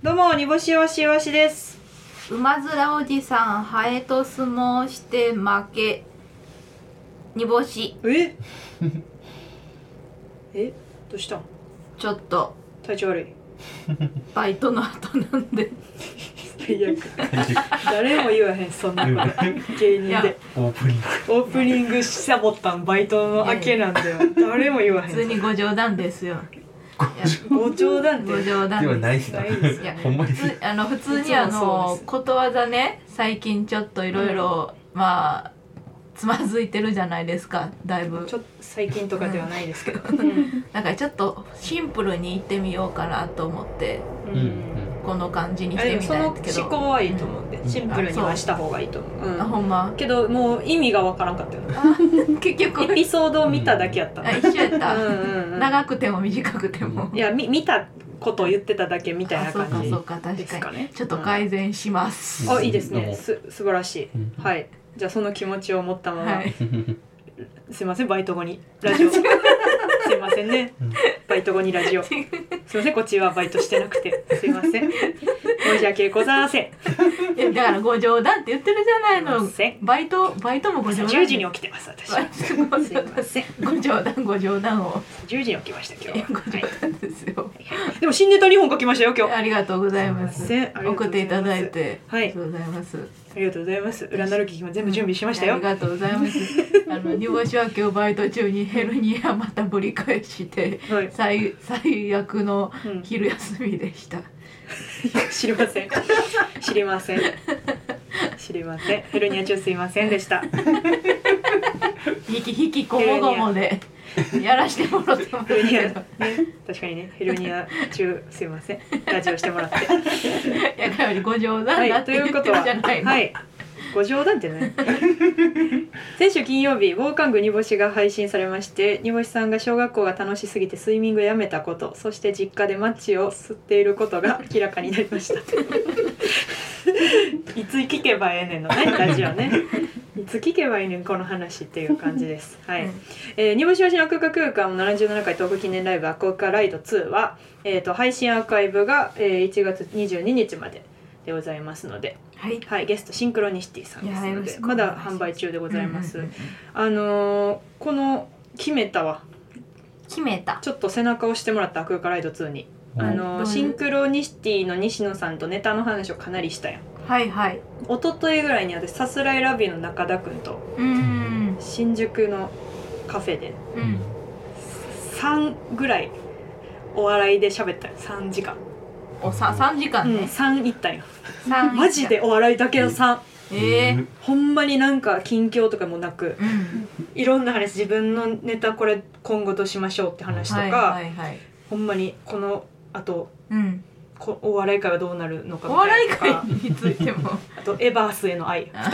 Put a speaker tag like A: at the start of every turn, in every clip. A: どうも、煮干しわしわしです。
B: 馬面おじさんハエと相撲して負け煮干し
A: え えどうしたん
B: ちょっと
A: 体調悪い。
B: バイトの後なん で
A: 最悪。誰も言わへん、そんな
C: うん
A: こと。芸人
B: いや
A: で。
C: オープニング
A: オープニングサボったん、バイトの明けなんだよ。誰も言わへ
B: 普通
A: ん。
B: にご冗談ですよ
A: ご冗談
B: ご
A: で。
B: 冗談
C: ではない
B: で
C: し
B: す
C: な
A: ないです
B: いや
C: ほんまに
B: 普通あの普
A: い
B: 通
A: つも
B: にあ
A: そう
B: の
A: です
B: ことわざね最近ちょっといろいろまあつまずいてるじゃないですかだいぶ
A: ちょっと最近とかではないですけど。うん。
B: だからちょっとシンプルにいってみようかなと思って
A: う
C: うん
A: ん。
B: この感じにし
A: あ
B: て
A: で
B: み
A: もそ
B: た
A: の
B: んですけ
A: 思
B: ど
A: 考はいいと思うんで、
C: うん
A: シンプルにはした方がいいと思う。
B: あ
A: うん
B: ほんま
A: けど、もう意味がわからんかったよ。
B: 結 局
A: エピソードを見ただけやった
B: あ一緒やった
A: うんうんうん。
B: 長くても短くても、
C: うん
A: いやみ見たことを言ってただけみたいな
B: あそう
A: 感
B: か
A: じ
B: そうか確
A: です
B: か
A: か
B: に
A: ね。
B: ちょっと改善します、
C: うん
A: あいいです
C: どう
A: ね
C: も
A: す素晴らし
C: うん
A: いはいじゃあその気持ちを持ったまま、
B: はい
A: すいませんバイト後にラ ジオすいませんね
C: うん
A: バイト後にラジオすいませんこっちはバイトしてなくてすいません申し訳ございません
B: いやだからご冗談って言ってるじゃ
A: すいま
B: ないの
A: せん
B: バイトバイトもご冗談
A: 10時に起きてます私
B: バイトもご
A: すいません
B: ご冗談ご冗談を
A: 10時に起きました今
B: い
A: 日
B: やご
A: は、
B: 冗談ですよ、
A: はいでも新ネタ2本書きましたよ今日
B: ありがとうございます
A: すいませんありがとうございます
B: 送っていただいて
A: はい
B: ありがとうございます、
A: ありがとうございます裏なる記も全部準備しました
B: あ
A: よ
B: りがとうございますあの煮干しは今日バイト中にヘルニアまたぶり返して
A: はい、
B: 最最悪の
A: うん、
B: 昼休みでした
A: 知りません。知りません。知りません。ヘルニア中すいませんでした。
B: ひきひきこもごもでやらしてもらってま
A: ヘ
B: す
A: ルニア、
B: け
A: ね
B: ど、
A: 確かにね、ヘルニア中すいません。ラジオしてもらって。
B: やかよりご冗
A: は
B: 談だ
A: い、
B: っ
A: と
B: て
A: い
B: 言
A: う
B: っ
A: こ
B: て
A: と
B: る
A: は、
B: じゃないの、
A: はい。ご冗談って ね。先週金曜日、防寒具煮干しが配信されまして、煮干しさんが小学校が楽しすぎてスイミングやめたこと、そして実家でマッチを吸っていることが明らかになりました。 いつ聞けばええねんのね、ラジオね。 いつ聞けばいいねんこの話っていう感じです。はい。えー、煮干しわしの空間空間の77回トーク記念ライブアコーカライド2は、えー、と配信アーカイブが、えー、1月22日まででございますので、
B: はい
A: はい、ゲストシンクロニシティさんです
B: いやよ
A: の
B: ろ
A: で
B: しく
A: ま
B: お願いし
A: だ
B: ます
A: 販売中でございます、
B: うんうんうん
A: あのーこの決めたわ
B: 決めた
A: ちょっと背中を押してもらったアコーカライド2に、
C: うん
A: あ
B: ど
A: のー
B: ういう
A: シンクロニシティの西野さんとネタの話をかなりしたやん
B: はいはい
A: 一昨日ぐらいに私さすらいラビーの中田くんと
B: うーん
A: 新宿のカフェで
B: う
C: うんん
A: 3ぐらいお笑いで喋ったよ3時間、
B: おさ三時間
A: うん、
B: ね、
A: 3いったんよ
B: 三
A: マジでお笑いだけの3
B: ええー
A: ほんまになんか近況とかもなく
B: うん、
A: いろんな話自分のネタこれ今後どうしましょうって話とか、
B: はいはいはい、
A: ほんまにこのあと
B: うん、
A: こお笑い界はどうなるのか
B: お
A: みた
B: 笑
A: い
B: い
A: なと
B: 会
A: か
B: についても
A: あとエバースへの愛2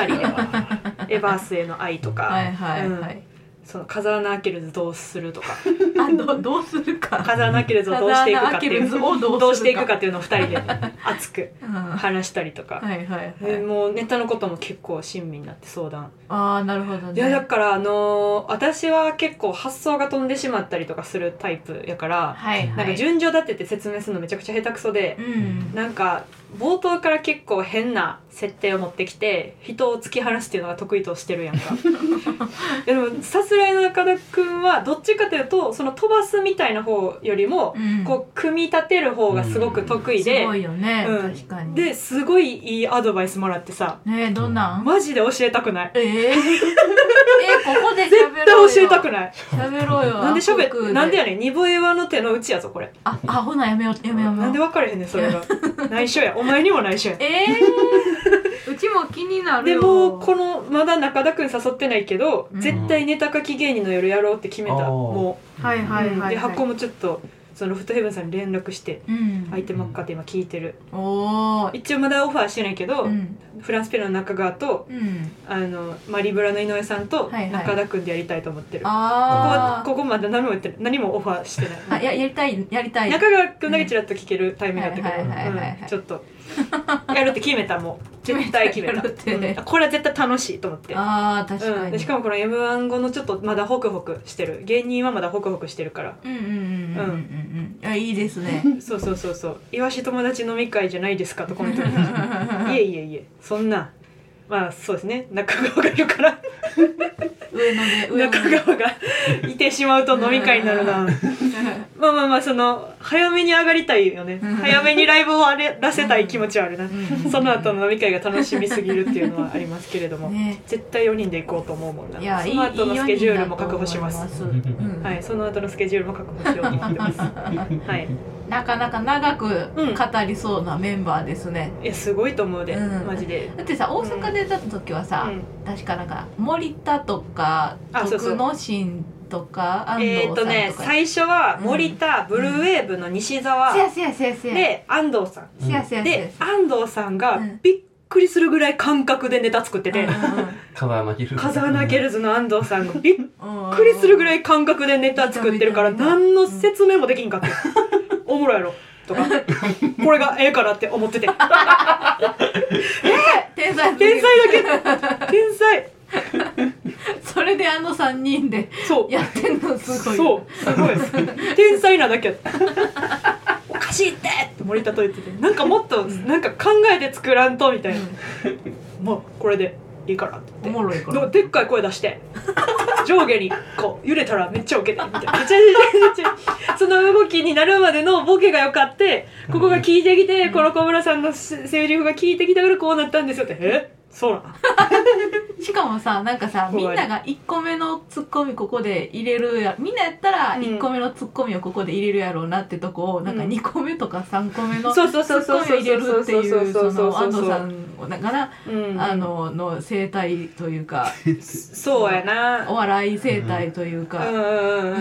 A: 人でエバースへの愛とか、
B: はいはいは
A: うん
B: い、
A: その風穴アキレルズどうするとか
B: あどどうするか
A: 風穴アキレルズをどうしていくかっていう
B: 風穴アキレルズをどうするか
A: どうしていくかっていうのを2人で熱く
B: うんは
A: 話したりとか
B: い、はいはい
A: えーもうネタのことも結構親身になって相談、
B: ああなるほどね
A: いやだからあのー私は結構発想が飛んでしまったりとかするタイプやから、
B: はいはい
A: なんか順序立てて説明するのめちゃくちゃ下手くそで
B: う、ん
A: なんか冒頭から結構変な設定を持ってきて人を突き放すっていうのが得意としてるやん かいやでもさすらいの中田くんはどっちかというとその飛ばすみたいな方よりも、
B: うん
A: こう組み立てる方がすごく得意で、
B: すごいよね、
A: うん
B: 確かに
A: ですごいいいアドバイスもらってさ
B: ねえどんなん
A: マジで教えたくない
B: えー、 えここで喋ろうよ
A: 絶対教えたくない
B: 喋ろうよ
A: なんで
B: ア
A: 喋
B: ホく
A: っなんでやねん二分岩の手の内やぞこれ
B: あ、あほなやめようやめようやめよう
A: なんで分かれへんねんそ れが内緒やお前にも内緒や
B: え ー、うちも気になる
A: で
B: よ
A: もこのまだ中田くん誘ってないけど、
B: うん
A: 絶対ネタ書き芸人の夜やろうって決めた
C: あー
A: も
B: はいは
A: う、
B: い
A: うん
B: はい、はい、
A: で箱もちょっとそのロフトヘブンさんに連絡して
B: うん
A: 相手真っ赤って今聞いてる
B: おー
A: 一応まだオファーしてないけど、
B: うん
A: フランスペルの中川と
B: うん
A: あのマリブラの井上さんと
B: はいはい
A: 中田くんでやりたいと思ってる、
B: あー
A: ここはここまだ何も言ってない何もオファーしてない
B: あややりたいやりたい
A: 中川くんだけちらっと聞けるタイミングだったけど、
B: はいはいはいはい
A: うんちょっとやるって決めたもう絶対決めた、
B: 決めた
A: うんこれは絶対楽しいと思って
B: ああ確かに、
A: うん、しかもこの m 1後のちょっとまだホクホクしてる芸人はまだホクホクしてるから
B: うんうんうんうんうんうんいやいいですね
A: そうそうそうそう「いわし友達飲み会じゃないですか」と コメントにいえ
B: 上
A: いえいえそんなまあそうですね中川がいるから
B: 野で上野
A: 中
B: で
A: 川がいてしまうと飲み会になるなまあまあまあその早めに上がりたいよね
B: うん
A: 早めにライブをあれ出せたい気持ちはあるな
B: うん
A: その後の飲み会が楽しみすぎるっていうのはありますけれども、
B: ね
A: 絶対4人で行こうと思うもんない
B: やいい
A: その後のスケジュールも確保します
B: いい四人だと思いますうん
A: はい、その後のスケジュールも確保しようと思ってます。はい、
B: なかなか長く語りそうなメンバーですね、
A: いや、すごいと思うで、
B: うん
A: マジで。
B: だってさ大阪で出た時は
A: う
B: さ、
A: ん、
B: 確かなんか森田とか
A: あそうそう
B: 徳之進とか安藤
A: え
B: さん
A: ーっ
B: と
A: と
B: か、
A: ね、最初は森田、ブルーウェーブの西澤
B: せ。やせやせやせや
A: で、安藤さん。
B: せやせやせや
A: で、安藤さんが
B: うん
A: びっくりするぐらい感覚でネタ作ってて。
C: カバー負ける。
A: カザーナゲルズの安藤さんがびっ
B: うん
A: くりするぐらい感覚でネタ作ってるから
B: 見た見た
A: 何の説明もできん かっておもろいやろとかこれがええからって思ってて
B: 天才
A: 天才だけ天才
B: それであの3人で
A: そう
B: やってんのすごい
A: そうすごい天才なだけおかしいってって森田と言っててなんかもっとなんか考えて作らんとみたいなもうこれでいいからって
B: お
A: 言って
B: もろいか
A: で
B: ら
A: もでっかい声出して 上下にこう揺れたらめっちゃウケてみたいな めちゃめちゃめちゃめちゃその動きになるまでのボケが良かってここが効いてきてこの小村さんのせセリフが効いてきたからこうなったんですよってえそうなん
B: しかもさなんかさみんなが1個目のツッコミここで入れるやみんなやったら
A: うん
B: 1個目のツッコミをここで入れるやろうなってとこを、なんか
A: うん
B: 2個目とか3個目のツ
A: そうそうそうそう
B: ッコミを
A: そう
B: 入れるっていう
A: そう
B: そ
A: そうそう
B: の
A: そう
B: 安
A: そう
B: 藤さんをだから、
A: うん
B: あのの生態というか
A: そうやな
B: お笑い生態というか、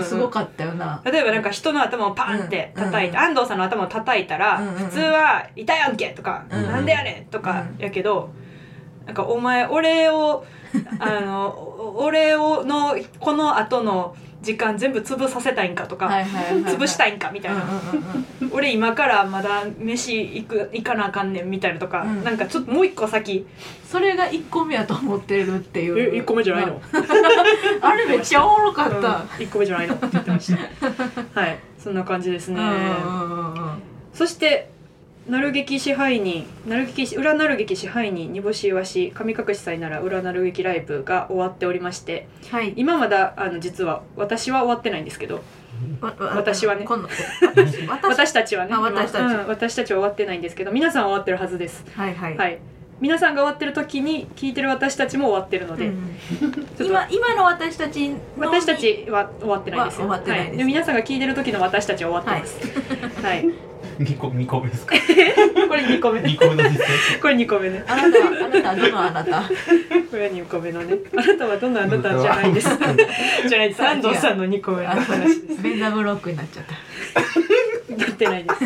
B: すご
A: か
B: かったよな。
A: 例えばなんか人の頭をパンって叩いて、
B: うん
A: 安藤さんの頭を叩いたら、
B: うんうん
A: 普通は「痛いやんけ!」とか、
B: うん
A: なんでやねん!」とか
B: うん
A: やけど、なんか「お前俺 をあのお俺をのこの後の時間全部潰させたいんか」とか、
B: はいはいはいはい
A: 潰したいんか」みたいな、
B: うんうんうんうん
A: 俺今からまだ飯行く行かなあかんねん」みたいなとか、
B: うん
A: なんかちょっともう一個先
B: それが1個目やと思ってるっていう
A: 一
B: あれめっちゃおもろかった、
A: 1個目じゃないのって言ってました はいそんな感じです
B: うん
A: ね、
B: うんうんうん
A: そしてなる劇支配人なる劇裏なる劇支配人煮干しいわし神隠し祭なら裏なる劇ライブが終わっておりまして
B: はい
A: 今まだあの実は私は終わってないんですけど
B: わわ
A: 私はね
B: 今 度私私
A: 私たちはね
B: あ
A: 今
B: 私たち
A: うん私たちは終わってないんですけど皆さんは終わってるはずです
B: はいはい、
A: はい皆さんが終わってる時に聞いてる私たちも終わってるの
B: う
A: で、
B: ん
A: ちょっと
B: 今今の私たちの
A: 私たちは終わってないですよ。
B: は終わってないです
A: はで皆さんが聞いてる時の私たちは終わってます。はい。
C: 二個二個目ですか。
A: これ2個目。
C: 二個目の実
A: これ2個目ね。
B: あなたはあなたはどのあな た
A: これは2個目のね。あなたはどんなあなたじゃない です。じゃないです。安藤さんの2個目の話です。
B: ベンザブロックになっちゃっ
A: なってないです。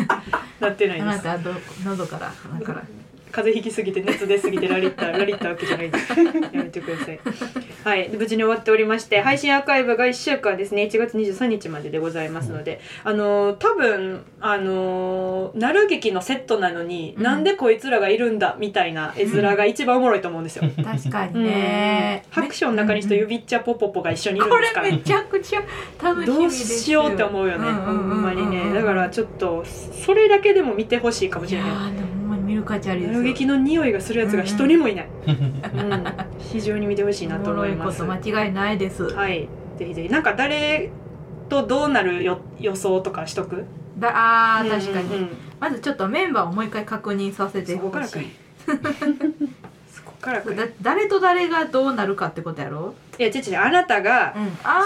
A: なってな
B: たあ
A: い
B: な
A: です。
B: たはど喉から鼻から
A: 風邪ひきすぎて熱出すぎてラリッタラリッタわけじゃないです。やめてください。はい、で無事に終わっておりまして、配信アーカイブが1週間ですね。1月23日まででございますので、あのー多分あのーなる劇のセットなのに、
B: うん
A: なんでこいつらがいるんだみたいな絵面が一番おもろいと思うんですよ。
B: 確か
A: う
B: に
A: ん
B: ね
A: 拍手の中に人指っちゃポポポが一緒にいるん
B: こ
A: ですから
B: れ。めちゃくちゃ楽しみです
A: どうしようって思うよね、
B: ん
A: ほ
B: うんうん
A: ん
B: うん
A: まにねだからちょっとそれだけでも見てほしいかも
B: い
A: しれ
B: や
A: な
B: ーでもほんまに見る価値あ
A: い
B: りです
A: 鳴
B: よ
A: 撃の匂いがするやつが一人もいない、
C: 践。
A: うん非常に見てほしいなと思います
B: おもろいこと間違いないです、
A: はいぜひぜひなんか誰とどうなるよ予想とかしとく
B: だあー確かに、
A: うんうん
B: まずちょっとメンバーをもう一回確認させて
A: そこ
B: ほ
A: から
B: し
A: かい
B: い
A: そこからかい
B: だ誰と誰がどうなるかってことやろ、
A: いやちちあなたが
B: ん、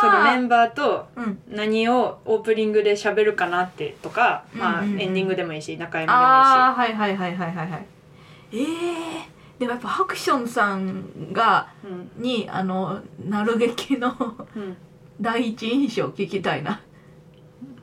A: そのメ
B: あ
A: ンバーと
B: ー、うん、
A: 何をオープニングで喋るかなってとか、まあ、
B: うんうんうん
A: エンディングでもいいし中山でもいいし
B: あーはいはいはいはいはいはいえー、でもやっぱハクションさんが
A: うん
B: にあのなる劇の
A: うん
B: 第一印象聞きたいな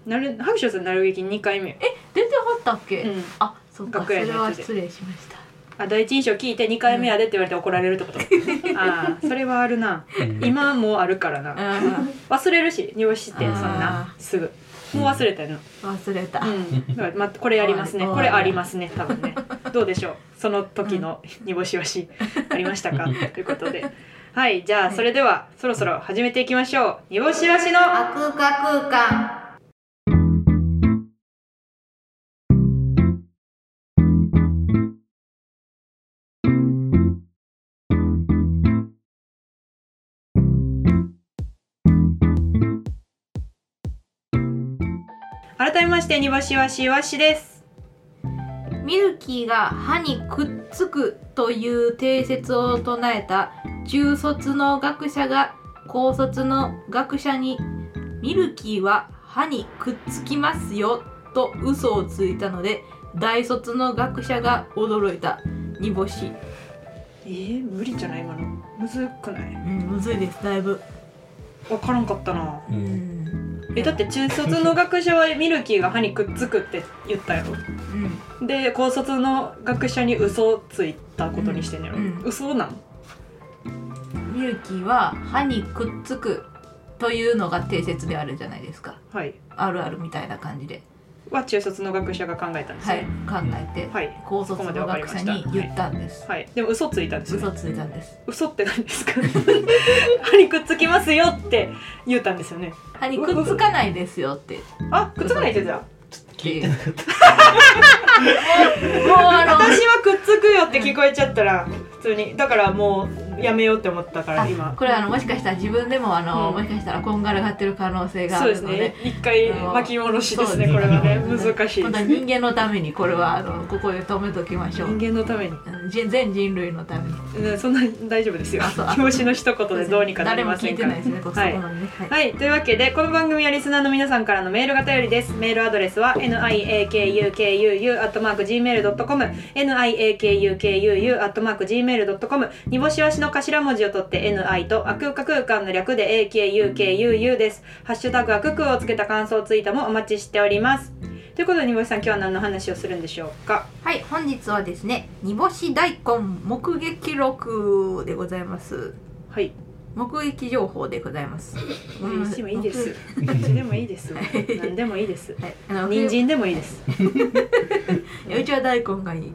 A: なる白書さんなるべき2回目よ
B: 出てはったっけ、
A: うん、
B: あそっかそ
A: 楽屋
B: れ
A: の
B: は
A: やつで
B: 失礼しました
A: あ第一印象聞いて2回目やでって言われて怒られるってこと、 ああそれはあるな今もあるからな
B: あー
A: 忘れるし煮干してそんな
B: あ
A: すぐもう忘れたよな、
B: 忘れた、
A: うん、だからまこれやりますね
B: はい
A: これありますね多分ねどうでしょうその時の煮干しわしありましたかということではいじゃあそれではそろそろ始めていきましょう煮干しわしの
B: あ空間空間
A: 改めまして煮干しわしわしです
B: ミルキーが歯にくっつくという定説を唱えた中卒の学者が高卒の学者にミルキーは歯にくっつきますよと嘘をついたので大卒の学者が驚いた煮干し、
A: えー、無理じゃない今のむずくない
B: うん、むずいですだいぶ、
A: 分からんかったな
C: う
B: うんん、
A: えだって中卒の学者はミルキーが歯にくっつくって言ったやろ
B: うん
A: で高卒の学者に嘘をついたことにしてんやろ、
B: うんうん
A: 嘘なん
B: ミルキーは歯にくっつくというのが定説であるじゃないですか
A: はい
B: あるあるみたいな感じで
A: は中卒の学者が考えたんです
B: はい
A: ね
B: 考えて、
A: はい
B: 高卒の学者に言ったんです。
A: はい、でも嘘ついたんですよ、ね
B: 嘘。ついたんです。
A: 嘘って何ですか。 歯にくっつきますよって言ったんですよね。
B: 歯にくっつかないです よって。も
A: あ、くっつかないって言って
B: 聞いてなうあ
A: た。
B: の
A: 私はくっつくよって聞こえちゃったら普通にだからもうやめようって思ったから
B: あ
A: 今。
B: これあのもしかしたら自分でもあの、
A: うん
B: もしかしたらこんがらがってる可能性があ
A: そうで
B: る
A: す
B: の
A: ね
B: で。。
A: 一回巻き戻しですね。これはね
B: うん
A: 難しい
B: 本
A: で
B: 当
A: す
B: に
A: ね。
B: 人間のためにこれはあのここで止めときましょう。
A: 人間のために、
B: うん人全人類のために。
A: ね、そんな大丈夫ですよ
B: あそう。
A: 気持ちの一言でどうにかなり
B: 誰も
A: ませ
B: 聞い
A: ん
B: て
A: か
B: ない
A: ら
B: で。すね。ここ
A: はい
B: そこまでねはい
A: はい、というわけでこの番組はリスナーの皆さんからのメールが頼りですメールアドレスは niakukuu.gmail.com niakukuu.gmail.com にぼしわしの頭文字を取って ni とあくうか空間の略で akukuu ですハッシュタグあくくをつけた感想ツイートもお待ちしておりますということでにぼしさん今日は何の話をするんでしょうか
B: はい、本日はですね、煮干し大根目撃録でございます。
A: はい、
B: 目撃情報でございます。
A: うしてもいいで
B: 目
A: すどっちでもいいです 何でもいいです
B: はい、あの
A: 人参でもいいです
B: 冬うちは大根がいい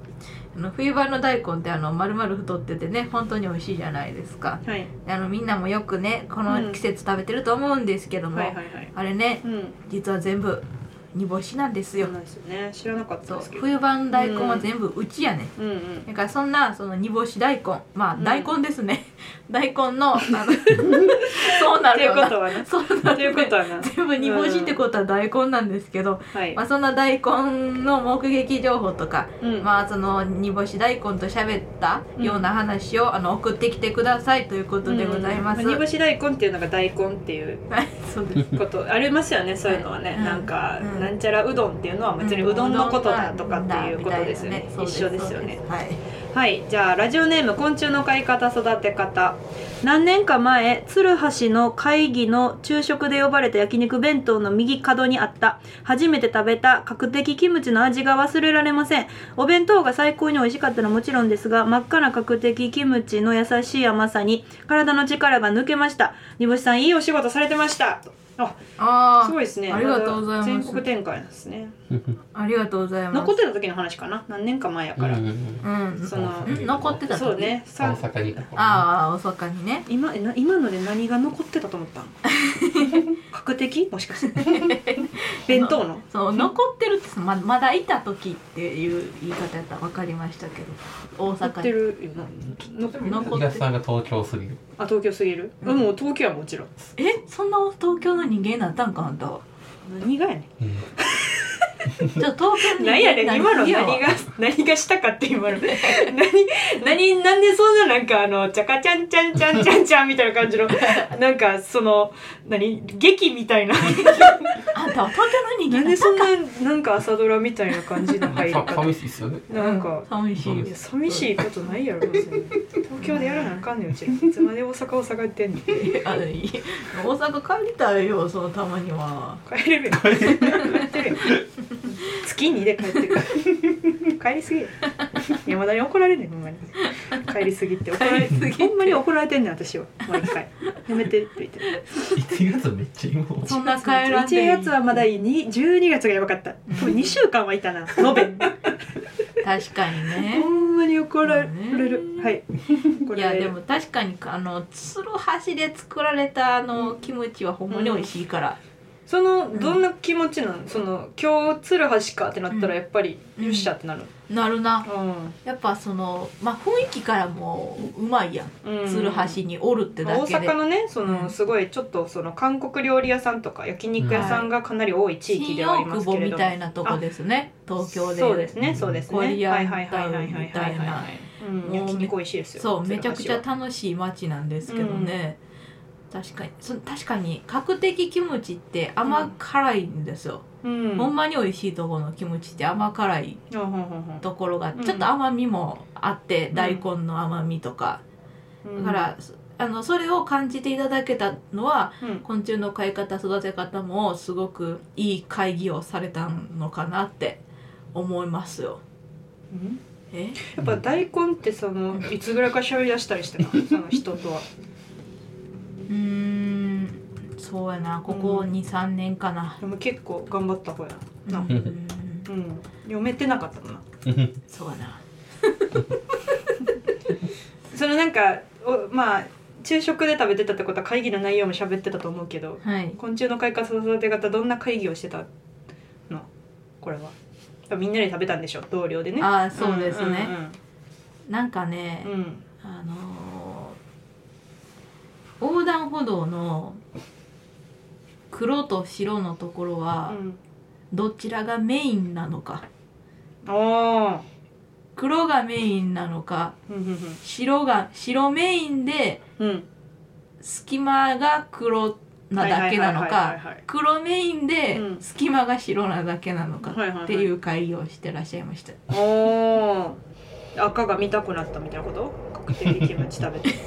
B: あの冬場の大根ってあの丸々太っててね本当に美味しいじゃないですか
A: はい
B: であのみんなもよくねこ
A: う
B: の
A: ん
B: 季節食べてると思うんですけども、
A: はいはいはい
B: あれね
A: うん
B: 実は全部煮干しなんです
A: そ
B: よ
A: うなんですよね知らなかった
B: そう
A: ですけど
B: 冬場の大根は全部うちやね、
A: うんうん、
B: だからそんなその煮干し大根まあ
A: うん
B: 大根ですね、 大根 のあのそうな
A: って
B: る
A: いう
B: よ
A: こ
B: な
A: とはな。
B: そうな
A: っていうこと
B: る
A: はな。
B: 全部煮干しってことは大根なんですけど、
A: はい
B: ま。あ、そんな大根の目撃情報とか
A: うん。
B: まあその煮干し大根と喋ったような話を、あの送ってきてくださいということでございます。
A: うん煮干し大根っていうのが大根っていう
B: はい、そうです。
A: ことありますよね。そういうのはね、
B: うん
A: なんか、
B: うん
A: なんちゃらうどんっていうのは別にうどんのことだとかっていうことですよね。
B: うどんだみた
A: 一
B: いなねそう
A: 緒ですよね
B: そう。ですは
A: は
B: い。
A: い、じゃあラジオネーム昆虫の飼い方育て方何年か前鶴橋の会議の昼食で呼ばれた焼肉弁当の右角にあった初めて食べた角的キムチの味が忘れられませんお弁当が最高に美味しかったのはもちろんですが真っ赤な角的キムチの優しい甘さに体の力が抜けました煮干しさんいいお仕事されてましたあす
B: あ
A: ごいですね
B: ありがとうございます
A: だ全国展開なんですね
B: あ、ありがとうございます。
A: 残ってた時の話かな何年か前やから、
C: うん
B: うん、
A: その
B: ん残ってた時
A: そうねさ
C: 大阪にいた頃
B: ああ、お魚にね。
A: 今えな今ので何が残ってたと思 ったの確的もしかして 弁当の
B: そう残ってるってままだいた時っていう言い方やったら分かりましたけど大
A: 残って
B: 阪に
A: るよなの
B: 残って
C: 東さんが東京すぎる
A: あ東京すぎる、
B: うん
A: あもう東京はもちろん
B: えそんな東京の人間になったんかあんたは
A: 何がやね
C: うん
B: じゃあ東京
A: ん
B: の人間
A: 何やね
B: に
A: ん
B: なり
A: 今の
B: すぎやわ
A: 何が何がしたかって今の何何なんでそんななんかあのチャカチャンチャンチャンチャンチャンみたいな感じのなんかその何劇みたいな
B: あんたは東京の人
A: な
B: 間
A: ん
B: にな
A: で
B: った
A: そん
B: んか
A: ななんか朝ドラみたいな感じの入り
C: さ
A: 方
C: 寂しいっすよね
A: なんか
B: 寂しいよ
A: いや寂しいことないやろ別に東京でやらなあかんねんうちらいつまで大阪大阪行ってんの
B: あのいい大阪帰りたいよそのたまには
A: 帰れるよ帰ってるよ月にで帰ってる帰りすぎる山田に怒られんねんほんまに帰りすぎって怒られ
B: 帰りすぎて
A: ほんまに怒られてんねん私は毎回やめてって言って
C: 1月めっちゃ今
B: そんな帰らんでいい
A: 1月はまだいいに12月がやばかった多分2週間はいたな延べ
B: 確かにね
A: ほんまに怒られ
B: う
A: る
B: ん
A: はい こ
B: い
A: れ
B: やでも確かにあのつるはしで作られたあのキムチはほんまに美味しいから、
A: そのどんな気持ちなのその今日鶴橋かってなったらやっぱり
B: うん
A: よっしゃってなる
B: なるな
A: うん
B: やっぱそのまあ雰囲気からもううまいやん
A: うん
B: つるはしにおるってだ
A: 大
B: けで、
A: 阪のねそ
B: うん
A: のすごいちょっとその韓国料理屋さんとか焼肉屋さんがかなり多い地域
B: 新
A: ではあ
B: 大
A: りま
B: 久
A: すけ
B: 保
A: れ
B: み
A: ど
B: たいなとこですね東京で
A: そうですねそうですね
B: コリ
A: は
B: ア
A: い
B: ン
A: はいはいはい
B: タウ
A: は
B: ン
A: い
B: み
A: は
B: たい
A: い
B: な
A: はいうん焼肉美味しいですよ
B: そうめちゃくちゃ
A: 鶴橋は
B: 楽しい街なんですけどね、確かにそ確かに角的キムチって甘辛いんですよ、
A: うん
B: ほんまに美味しいところのキムチって甘辛い
A: ほんほんほんほん
B: ところが
A: うん
B: ちょっと甘みもあって、
A: ん
B: 大根の甘みとか、
A: うん
B: だからそあのそれを感じていただけたのは
A: うん
B: 昆虫の飼い方育て方もすごくいい会議をされたのかなって思いますよ。
A: うん
B: え
A: やっぱ大根ってそのいつぐらいから喋り出したりしてたのその人とは
B: うーんそうやなここ
A: うん
B: 23年かな。
A: でも結構頑張った方やな
B: う
A: なん
B: うん
A: うん読めてなかったもんな
B: そうやな。
A: そのなんかおまあ昼食で食べてたってことは会議の内容も喋ってたと思うけど
B: はい。
A: 昆虫の開花育て方どんな会議をしてたのこれはみんなで食べたんでしょ同僚でね
B: ああそうですね。
A: う
B: なんかね
A: ん、うんうん
B: あのー横断歩道の黒と白のところ
A: う
B: は
A: ん
B: どちらがメインなのか
A: うんおー
B: 黒がメインなのか
A: うんうん
B: 白が白メインで
A: うんうん
B: 隙間が黒なだけなの
A: はい
B: か黒メインで
A: うん
B: 隙間が白なだけなのか
A: はいはいはいはい
B: っていう会議をしてらっしゃいました。
A: はいはいおー赤が見たくなったみたいなこと確定的キ ムチ食べて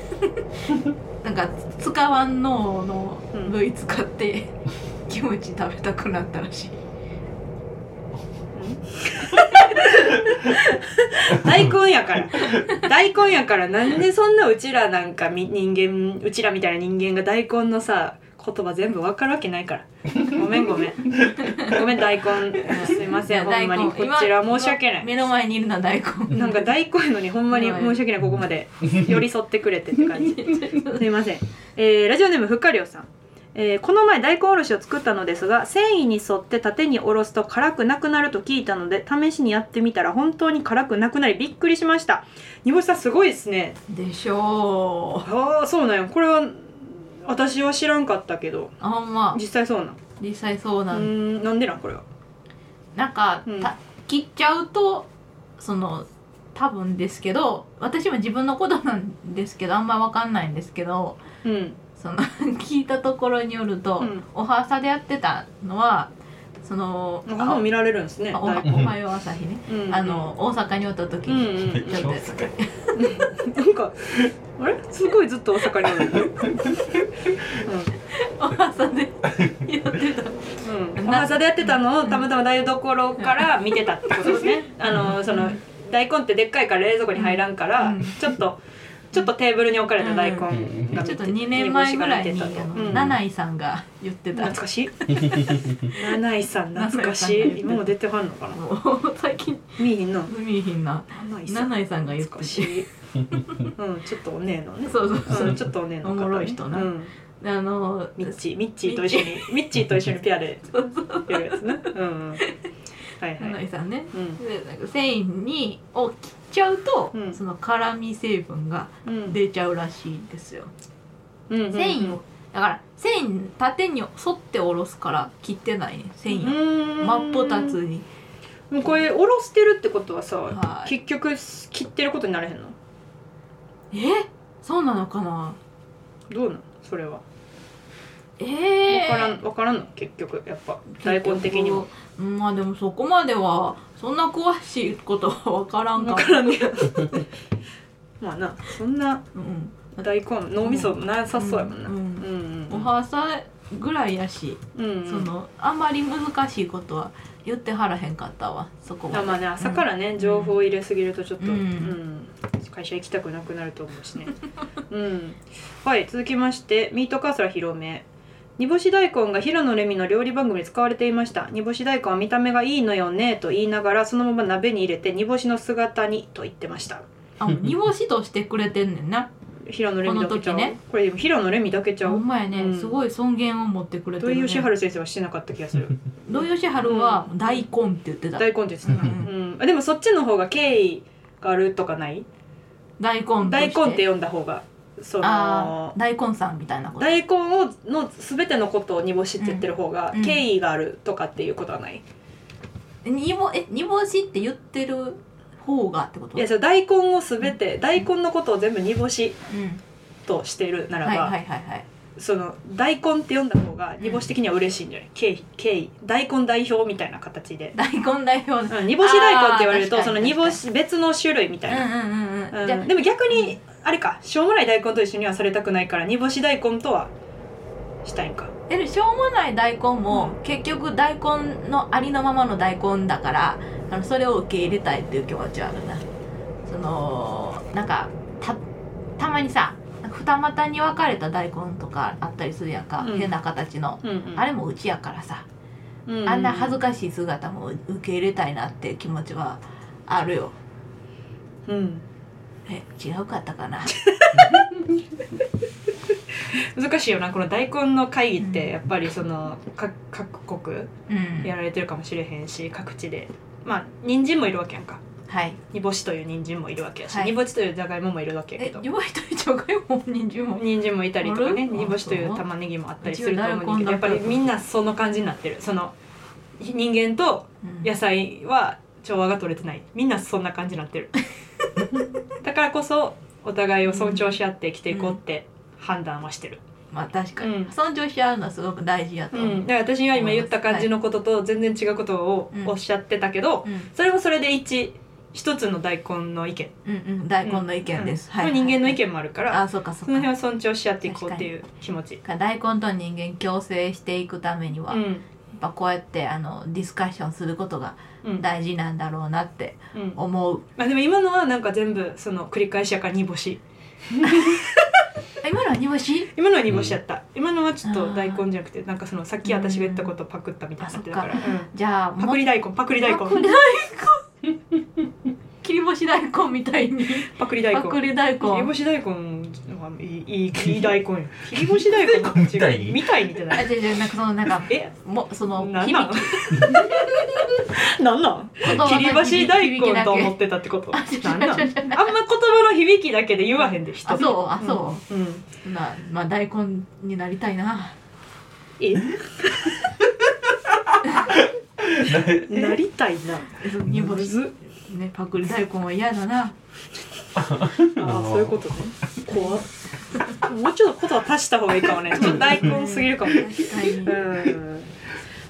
B: なんか使わん脳の
A: うん
B: 部位使 って、キムチ食べたくなったらしい。
A: 大根やから大根やからなんでそんなうちらなんかみ人間うちらみたいな人間が大根のさ言葉全部わかるわけないからごめんごめんごめん大根すいませんほんまにこちら申し訳ない
B: 今目の前にいるのは大根。
A: なんか大根やのにほんまに申し訳ないここまで寄り添ってくれてって感 じすいません、えーラジオネームふっかりょうさん、えーこの前大根おろしを作ったのですが繊維に沿って縦におろすと辛くなくなると聞いたので試しにやってみたら本当に辛くなくなりびっくりしました煮干しさんすごいですね
B: でしょう。
A: ああそうなんやこれは私は知らんかったけど
B: あほんま
A: 実際そうなん
B: 実際そう
A: う
B: なん、
A: ーんなんでなんこれは
B: なんか、
A: うん
B: た切っちゃうとその多分ですけど私も自分のことなんですけどあんまわかんないんですけど
A: うん
B: その 聞いたところによると、
A: うん
B: おはさでやってたのはその
A: あもう見られるんですね
B: あおは
A: 大根
B: おはよう朝日ね
A: うんうん
B: あの大阪におった時
A: うん
B: に、
A: うん
B: ちょっと
A: なんか、あれすごいずっと大阪におる。
B: おはさでやってた
A: うん、うん。朝でやってたのをたまたま台所から見てたってことですね。あのその大根ってでっかいから冷蔵庫に入らんから、
B: うん
A: ちょっとちょっとテーブルに置かれた大根が
C: うん
A: 見て
B: ちょっと2年前ぐらいにあの、
A: うん
B: 七井さんが言ってた
A: 懐かしい。七井さん懐かしい。
B: 七井さんが言ってた
A: 今も出てはんのかな。
B: もう最近
A: 見えへんの。
B: 海ひんな
A: 七井さん
B: 七井さんが言って
A: 懐かしい。うん、ちょっとお姉のね。
B: そうそうそう
A: うん、ちょっとお姉の方ね
B: おもろい人な
A: うん
B: あの
A: ミッチーミッチーと一緒にミッチーと一緒にペアで
B: そうそう
A: やるやつね。うんうん。はいは
B: 七
A: い。
B: 井さんね
A: うん
B: でなんか繊維にを切っちゃうと、
A: うん
B: その辛み成分が
A: うん。
B: 出ちゃうらしいんですよ、
A: うんうんうん、
B: 繊維をだから繊維縦に沿っておろすから切ってないね繊維を、
A: 維
B: 真っ二つに
A: もうこれおろしてるってことはさ、
B: はい
A: 結局切ってることになれへんの
B: えそうなのかな
A: どうなんそれは
B: え
A: 分
B: ー、
A: からん分からんの結局やっぱ大根的にも
B: うんまあでもそこまではそんな詳しいことは分からん
A: 分
B: か
A: か、らんねや まあなそんな
B: うん、
A: 大根脳みそなさそうやもんな、
B: う
A: うんん
B: おはさぐらいやし、
A: うん、
B: そのあんまり難しいことは言ってはらへんかったわそこ
A: あ
B: は。
A: まあね朝からね、情報を入れすぎるとちょっと、う
B: うん
A: ん会社行きたくなくなると思うしね うんはい続きましてミートカーソラ広め煮干し大根が平野レミの料理番組で使われていました煮干し大根は見た目がいいのよねと言いながらそのまま鍋に入れて煮干しの姿にと言ってました
B: あも う煮干しとしてくれてんねんな。
A: 平野レミだけちゃう
B: この時ね
A: これでも平野レミだけちゃ
B: ほ
A: うん
B: まやね、
A: うん
B: すごい尊厳を持ってくれて
A: 土
B: る、ね。
A: 井善晴先生はしてなかった気がする
B: 土井善晴は大根って言ってた。
A: 大根ですね、
B: う
A: うんん、あでもそっちの方が敬意があるとかない
B: 大根として。
A: 大根って読んだ方がそ
B: あ
A: の
B: ー大根さんみたいなこと。
A: 大根をの全てのことを煮干しって言ってる方が
B: うん
A: 敬意があるとかっていうことはない、
B: 煮干え煮干しって言ってる方がってこと
A: いやその大根を全て、大根のことを全部煮干し
B: うん、
A: としてるならば、
B: はいはいはい はい
A: その大根って読んだ方が煮干し的には嬉しいんじゃない敬意敬意大根代表みたいな形で、
B: 大根代表うん
A: うん、煮干し大根って言われる
B: あ
A: とそ
B: ー確
A: の
B: かに
A: 煮干し別の種類みたいな、
B: うんうんうん、
A: うん
B: じゃあ
A: でも逆にあれかしょうもない大根と一緒にはされたくないから煮干し大根とはしたいんか
B: でもしょうもない大根も、結局大根のありのままの大根だからあのそれを受け入れたいっていう気持ちはあるなそのなんかたたまにさなんか二股に分かれた大根とかあったりするやんか、
A: うん
B: 変な形の、
A: うんうん
B: あれもうちやからさ、
A: うう
B: あんな恥ずかしい姿も受け入れたいなっていう気持ちはあるよ
A: うん
B: え違うかった かな
A: 難しいよなこの大根の会議っ
B: う
A: て
B: ん
A: やっぱりその各各国
B: うん
A: やられてるかもしれへんし各地でまあ人参もいるわけやんか
B: はい
A: 煮干しという人参もいるわけやし、
B: はい
A: 煮干しというじゃがいももいるわけやけ
B: え
A: ど
B: 弱い人じゃがいも人参も
A: 人参もいたりとかね
B: あれ
A: 煮干しという
B: あそう
A: 玉ねぎもあったりすると思うんだけ
B: うち
A: どや
B: は大根だけ
A: っぱりみんなその感じになってるその人間と野菜は調和が取れてないみんなそんな感じになって るだからこそお互いを尊重し合って生きていこうって判断はしてる
B: まあ確かに、
A: うん
B: 尊重し合うのはすごく大事やと
A: う
B: 思う、
A: ん、だから私が今言った感じのことと全然違うことを
B: うん
A: おっしゃってたけど、
B: うん
A: それもそれで一一つの大根の意見、
B: うんうん大根の意見です、
A: うん人間の意
B: 見
A: 見もあるから、
B: あそうかそう
A: その
B: か
A: 辺は尊重し合っていこうっていう気持ち、
B: 大根と人間共生していくためには、
A: うん
B: やっぱこうやってあのディスカッションすることが
A: うん
B: 大事なんだろうなって
A: うんま
B: 思う、
A: あ、でも今のはなんか全部その繰り返しやから煮干し
B: あ今のは煮干し
A: 今のは煮干しやった、今のはちょっと大根じゃなくてなんかそのさっき私が言ったことパクったみたいになってたから、
B: うん
A: うん
B: じゃあ
A: パクリ大根パクリ大根
B: パクリ大根 切り干し大根みたいに
A: パクリ大根
B: パクリ大根
A: 切り干し大根はいいいいいい大根よ切り干し大根は違う
C: みたいに
A: みたいにじゃな
B: あ
A: い
B: 違う違うなんかそのなんか
A: え
B: もその
A: なんな
B: 響
A: ん
B: き
A: なんなん
B: 言葉の
A: 切り干し大
B: 響き
A: 根
B: だ
A: と
B: け
A: 思ってたってこと
B: あ違う違う
A: なんなんあんま
B: 違う違う
A: 言葉の響きだけで言わへんで人
B: あそうあそ
A: うん、うん
B: う、まあまあ大根になりたいな
A: えなりたいな
B: 煮干
A: む
B: し
A: ず
B: ねパクリ大根は嫌だな
A: ああそういうことね怖 っもうちょっとことは足した方がいいかもねちょっと大根すぎるかもね
B: 確か に
A: うん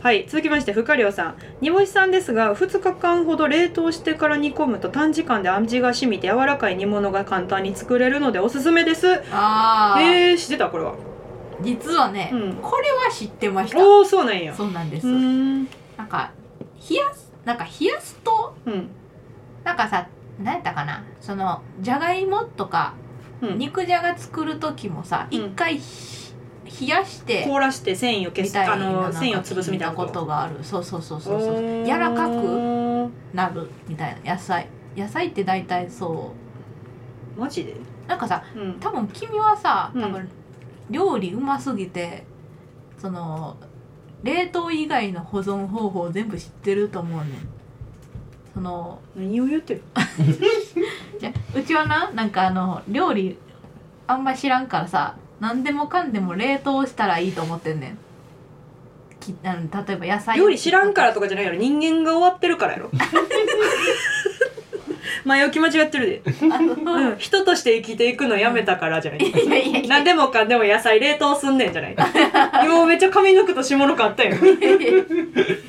A: はい続きまして深涼さん煮干しさんですが2日間ほど冷凍してから煮込むと短時間で味が染みて柔らかい煮物が簡単に作れるのでおすすめですへ
B: ああ、
A: えー、知ってたこれは
B: 実はね、
A: うん
B: これは知ってました
A: おおそうなんや
B: そうなんです、
A: うーん
B: なんか冷やすなんか冷やすと
A: うん
B: なんかさ何やったかなそのじゃがいもとか
A: うん
B: 肉じゃが作る時もさ
A: うん
B: 一回ひ冷やして
A: 凍らして繊維を消
B: み
A: す
B: たいな
A: あの
B: なんか
A: 繊維を潰すみたいな
B: 聞
A: こ
B: こととがあるそうそうそうそうそう
A: おー
B: 柔らかくなるみたいな野菜野菜って大体そ
A: マジで
B: うなんかさ
A: うん
B: 多分君はさ
A: うん
B: 多分料理うますぎて、その冷凍以外の保存方法を全部知ってると思うねんその
A: 何を言ってる
B: じゃうちはななんかあの料理あんま知らんからさ何でもかんでも冷凍したらいいと思ってんねんきあの例えば野菜
A: 料理知らんからとかじゃないやろ人間が終わってるからやろ前置き間違ってるで
B: あの
A: うん、人として生きていくのやめたからじゃない
B: いやいやいや
A: 何でもかんでも野菜冷凍すんねんじゃ ない今めっちゃ髪の毛と下 の毛あったよ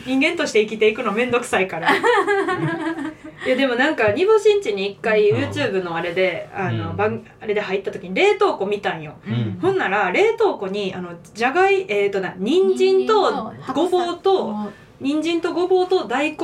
A: 人間として生きていくのめんどくさいからいやでもなんか煮干しんちに一回
C: うん
A: YouTube のあれであの、
C: うん
A: 番あれで入った時に冷凍庫見たんよ
B: うん
C: うん
A: ほんなら冷凍庫にあのじゃがいえっ、とな人参とごぼうと人参とごぼうと大根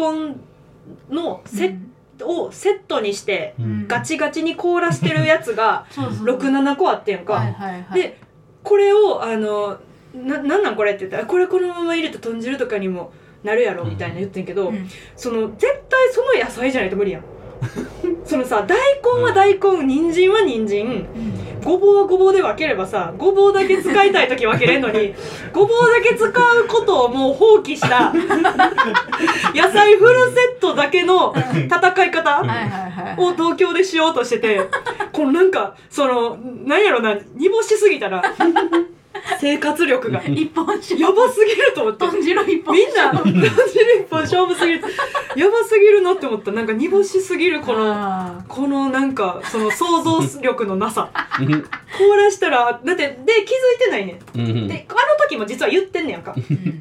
A: のセットをセットにして
C: うん
A: ガチガチに凍らしてるやつが67個あってんか、
B: はいはいはい、
A: でこれをあのななんなんこれって言ったらこれこのまま入れて豚汁とかにもなるやろみたいな言ってんけど、
B: うん
A: その絶対その野菜じゃないと無理やん そのさ大根は大根人参は人参
B: うん
A: ごぼうはごぼうで分ければさごぼうだけ使いたい時分けれんの にごぼうだけ使うことをもう放棄した野菜フルセットだけの戦い方、
B: はいはいはい
A: を東京でしようとしててこのなんかそのなんやろな煮干しすぎたら生活力がや
B: 一本し
A: ばすぎると思 って
B: 豚汁一本
A: みんな豚汁一本勝負すぎるやばすぎるなって思ったなんか煮干しすぎるこの
B: の
A: このなんかその想像力のなさ凍らしたらだってで気づいてないねん
C: うん
A: であの時も実は言ってんねやんか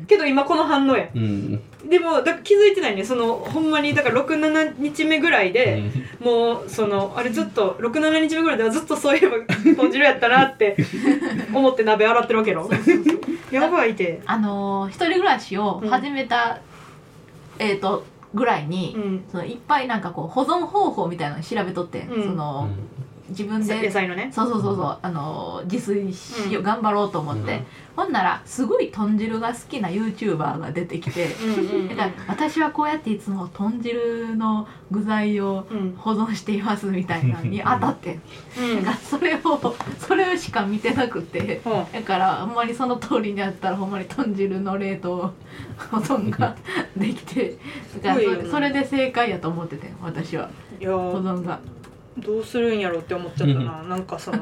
A: けど今この反応やん
C: うん
A: でもだから気づいてないねんそのほんまにだから67日目ぐらいで、もうそのあれずっと67日目ぐらいではずっとそういえば豚汁やったなって思って鍋洗ってるわけやろやばいて
B: あのー一人暮らしを始めた、えっ、とぐらいに、
A: うん
B: そのいっぱいなんかこう保存方法みたいなの調べとって、
A: うん
B: その自分
A: 野
B: で
A: 菜のね
B: そうそうそうそうあのー自炊しよう、
A: うん
B: 頑張ろうと思って、ほんならすごい豚汁が好きな YouTuber が出てきて、
A: うんうん
B: だから私はこうやっていつも豚汁の具材を
A: うん
B: 保存していますみたいなの に当たって、
A: うん
B: なんかそれをそれしか見てなくて。
A: ほ
B: だからあんまりその通りにあったらほんまに豚汁の冷凍保存ができてだか
A: すごい
B: ら
A: よ
B: そ
A: ね
B: れそれで正解やと思ってて私は
A: ういや
B: 保
A: ー
B: 存が
A: どうするんやろって思っちゃったななんかその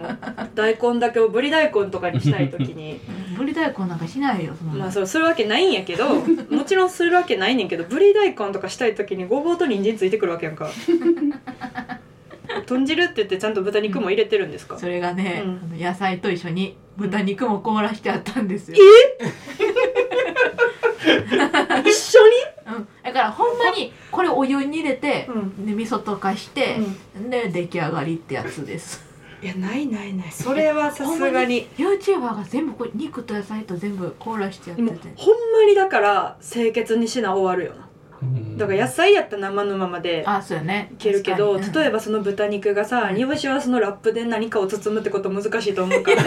A: 大根だけをぶり大根とかにしたい時に
B: ぶり大根なんかしないよその
A: まあそうするわけないんやけどもちろんするわけないねんけどぶり大根とかしたい時にごぼうと人参ついてくるわけやんか豚汁って言ってちゃんと豚肉も入れてるんですか
B: それがね、
A: うん
B: あの野菜と一緒に豚肉も凍らしてあったんですよ、
A: 一緒に
B: うん、だからほんまにこれお湯に入れて、
A: う
B: で味噌とかして、で出来上がりってやつです
A: いやないないないそれはさすがに
B: YouTuber が全部これ肉と野菜と全部凍らしてやっ
A: でも
B: てて
A: ほんまにだから清潔にしな終わるよな
C: うん
A: だから野菜やったら生のままで
B: あそうよね
A: いけるけど
B: 確かに
A: 例えばその豚肉がさ煮干しはそのラップで何かを包むってこと難しいと思うから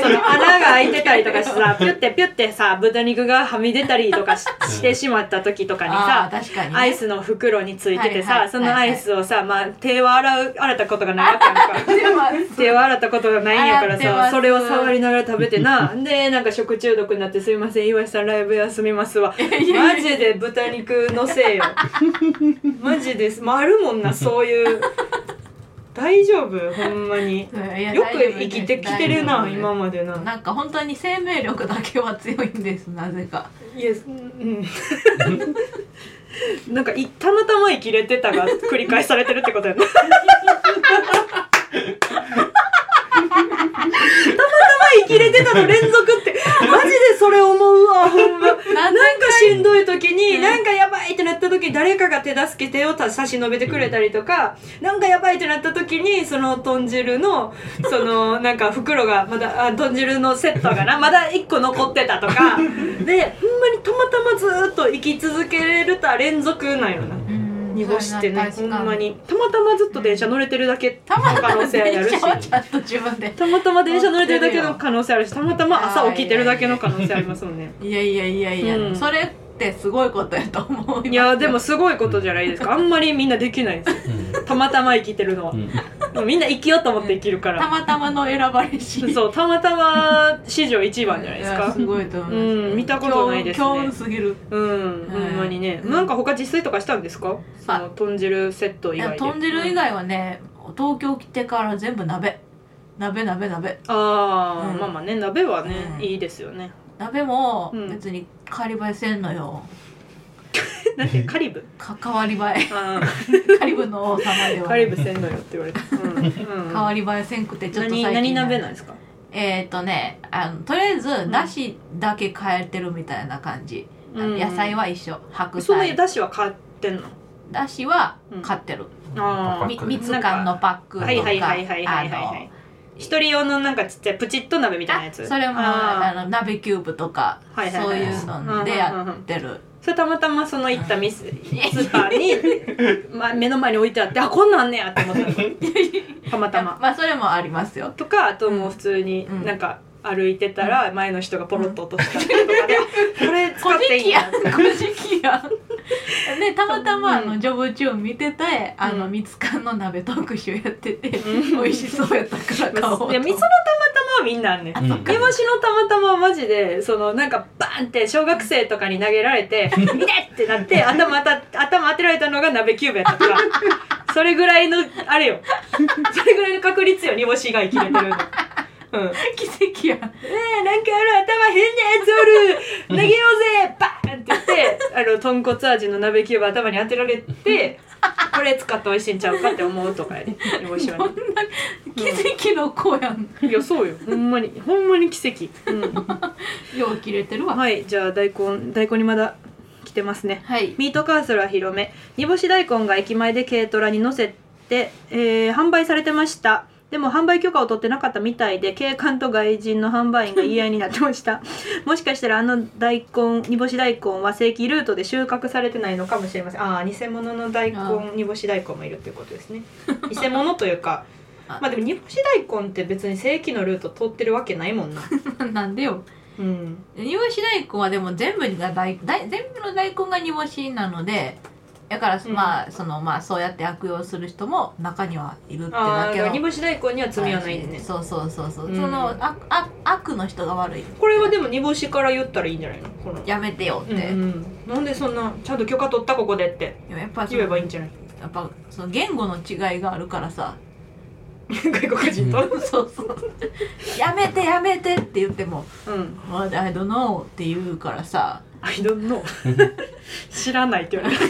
A: その穴が開いてたりとかしてさピュッてピュッてさ豚肉がはみ出たりと かししてしまった時とかに
B: あ
A: さ
B: ー確かにね
A: アイスの袋についててさ、
B: はいはい
A: そのアイスをさ、まあ、手は洗う洗ったことがないわけやんか
B: でもあれ
A: 手は洗ったことがないんやから
B: 洗ってま
A: さ
B: す
A: それを触りながら食べてなでなんか食中毒になって「すいません岩井さんライブ休みます わ」マジで豚肉のせいよ マジですもうあるもんなそういう大丈夫ほんまによ
B: よ
A: く生きてきてるな今までな
B: なんか本当に生命力だけは強いんですなぜか
A: いやうんなん かいたまたま生きれてたが繰り返されてるってことやな たまたま生きれてたの連続ってマジでそれ思うわほんまな
B: な
A: んかしんどい時
B: う
A: に
B: ん
A: なんかやばいってなった時に誰かが手助け手を差し伸べてくれたりとかなんかやばいってなった時にその豚汁 のそのなんか袋がまだあ豚汁のセットがなまだ1個残ってたと かでほんまにたまたまずーっと生き続けれるた連続なんよな
B: うん
A: 煮干しってねほ
B: そうんやな
A: まにたまたまずっと電車乗れてるだけ
B: たまた
A: 可
B: ま
A: 能性ある
B: 電
A: した
B: 車はちゃんと自分で
A: たまたま電車乗れてるだけの可能性あるしたまたま朝起きてるだけの可能性ありますもんね。
B: いやいやいやいや、
A: うん
B: それってすごいことやと思うい
A: いやーでもすごいことじゃないですかあんまりみんなできないですよたまたま生きてるのは
C: うん
A: でもみんな生きようと思って生きるか
B: た
A: ら
B: またまの選ばれ し
A: そうたまたま史上一番じゃないです
B: や
A: か
B: すごいと思います、
A: うん見たことないですね
B: 強運強運すぎる
A: うんほんまにね
B: うん
A: なんか他自炊とかしたんですかその豚汁セット以
B: いや
A: 外で
B: 豚汁以
A: うん
B: 外はね東京来てから全部鍋鍋鍋鍋
A: ああ
B: うん
A: まあまあね鍋はね
B: うん
A: いいですよ ね
B: 鍋も
A: うん
B: 別に変わり映えせんのよ
A: なんてカリブ
B: か変わり 映え
A: あ
B: カリブの王様で
A: ー
B: は
A: カリブせんのよって言われてうん うん
B: 変わり映えせんくてちょっと最
A: 何
B: 近
A: 何鍋なんですか
B: えっ、ー、とねあのとりあえず
A: ん
B: だしだけ変えてるみたいな感じ、あ
A: う
B: の
A: ん
B: 野菜は一緒白
A: そうい
B: 菜
A: うだしは買ってんの
B: だしは買ってる、
A: あ
B: み
C: パック
B: みつ缶のパック
A: あ
B: とか
A: はいはいはいはいはいはいはい一人用のなんかちっちゃいプチッと鍋みたいなやつ
B: あそれもあ
A: あ
B: の鍋キューブとか、
A: はいはい
B: そう
A: はい
B: いうのでやってる、
A: ーそれたまたまその行ったミススーパーに、ま、目の前に置いてあってあこんなんあんねやって思 ったのたまたま
B: まあそれもありますよ
A: とかあともう普通に
B: うん
A: なんか歩いてたら前の人がポロッと落としたとか で、これ使
B: 古
A: っていいん
B: 事記
A: や
B: やん古事記やんねたまたまあ
A: う
B: の
A: ん
B: ジョブチューン見ててあの
A: うん
B: みつかんの鍋特集やってて、
A: うん
B: 美味しそうやった から買おうと
A: いや味噌のたまたまはみんなあんねん
C: うん
A: 煮干しのたまたまはマジでそのなんかバーンって小学生とかに投げられて「見て!」ってなって頭当た頭当てられたのが鍋キューブやったからそれぐらいのあれよそれぐらいの確率よ煮干し以外決めてるの。うん、ね
B: 奇跡やん
A: えなんかある頭変なやつおる投げようぜバーンって言ってあの豚骨味の鍋キューブ頭に当てられてこれ使って美味しいんちゃうかって思うとかやね煮干しは
B: こ
A: ね
B: んな奇跡の子やん、
A: いやそうよほんまにほんまに奇跡、うん、
B: よう切れてるわはい、
A: はいじゃあ大根大根にまだ来てますねミートカーソルは広め煮干し大根が駅前で軽トラに乗せて、えー販売されてましたでも販売許可を取ってなかったみたいで警官と外人の販売員が言い合いになってました もしかしたらあの大根煮干し大根は正規ルートで収穫されてないのかもしれませんああ偽物の大根
B: あー
A: 煮干し大根もいるっていうことですね偽物というか
B: あ
A: まあでも煮干し大根って別に正規のルート通ってるわけないも んな
B: なんでよ
A: うん
B: 煮干し大根はでも全部が大大全部の大根が煮干しなのでだから、
A: うん
B: まあそのまあそうやって悪用する人も中にはいるって
A: あ
B: だ
A: あ
B: けの
A: 煮干し大根には罪はないんでね
B: そうそうそうそう、
A: うん
B: そのああ悪の人が悪い
A: これはでも煮干しから言ったらいいんじゃないのこの
B: やめてよって、
A: うんうん、なんでそんなちゃんと許可取ったここでって
B: でもやっぱそ
A: 言え
B: の
A: ばいいんじゃない
B: やっぱその言語の違いがあるからさ
A: 外国人と、
B: そうそうやめてやめてって言っても
A: うん、
B: 「What I don't know」って言うからさ
A: I don't know 知らないって言われる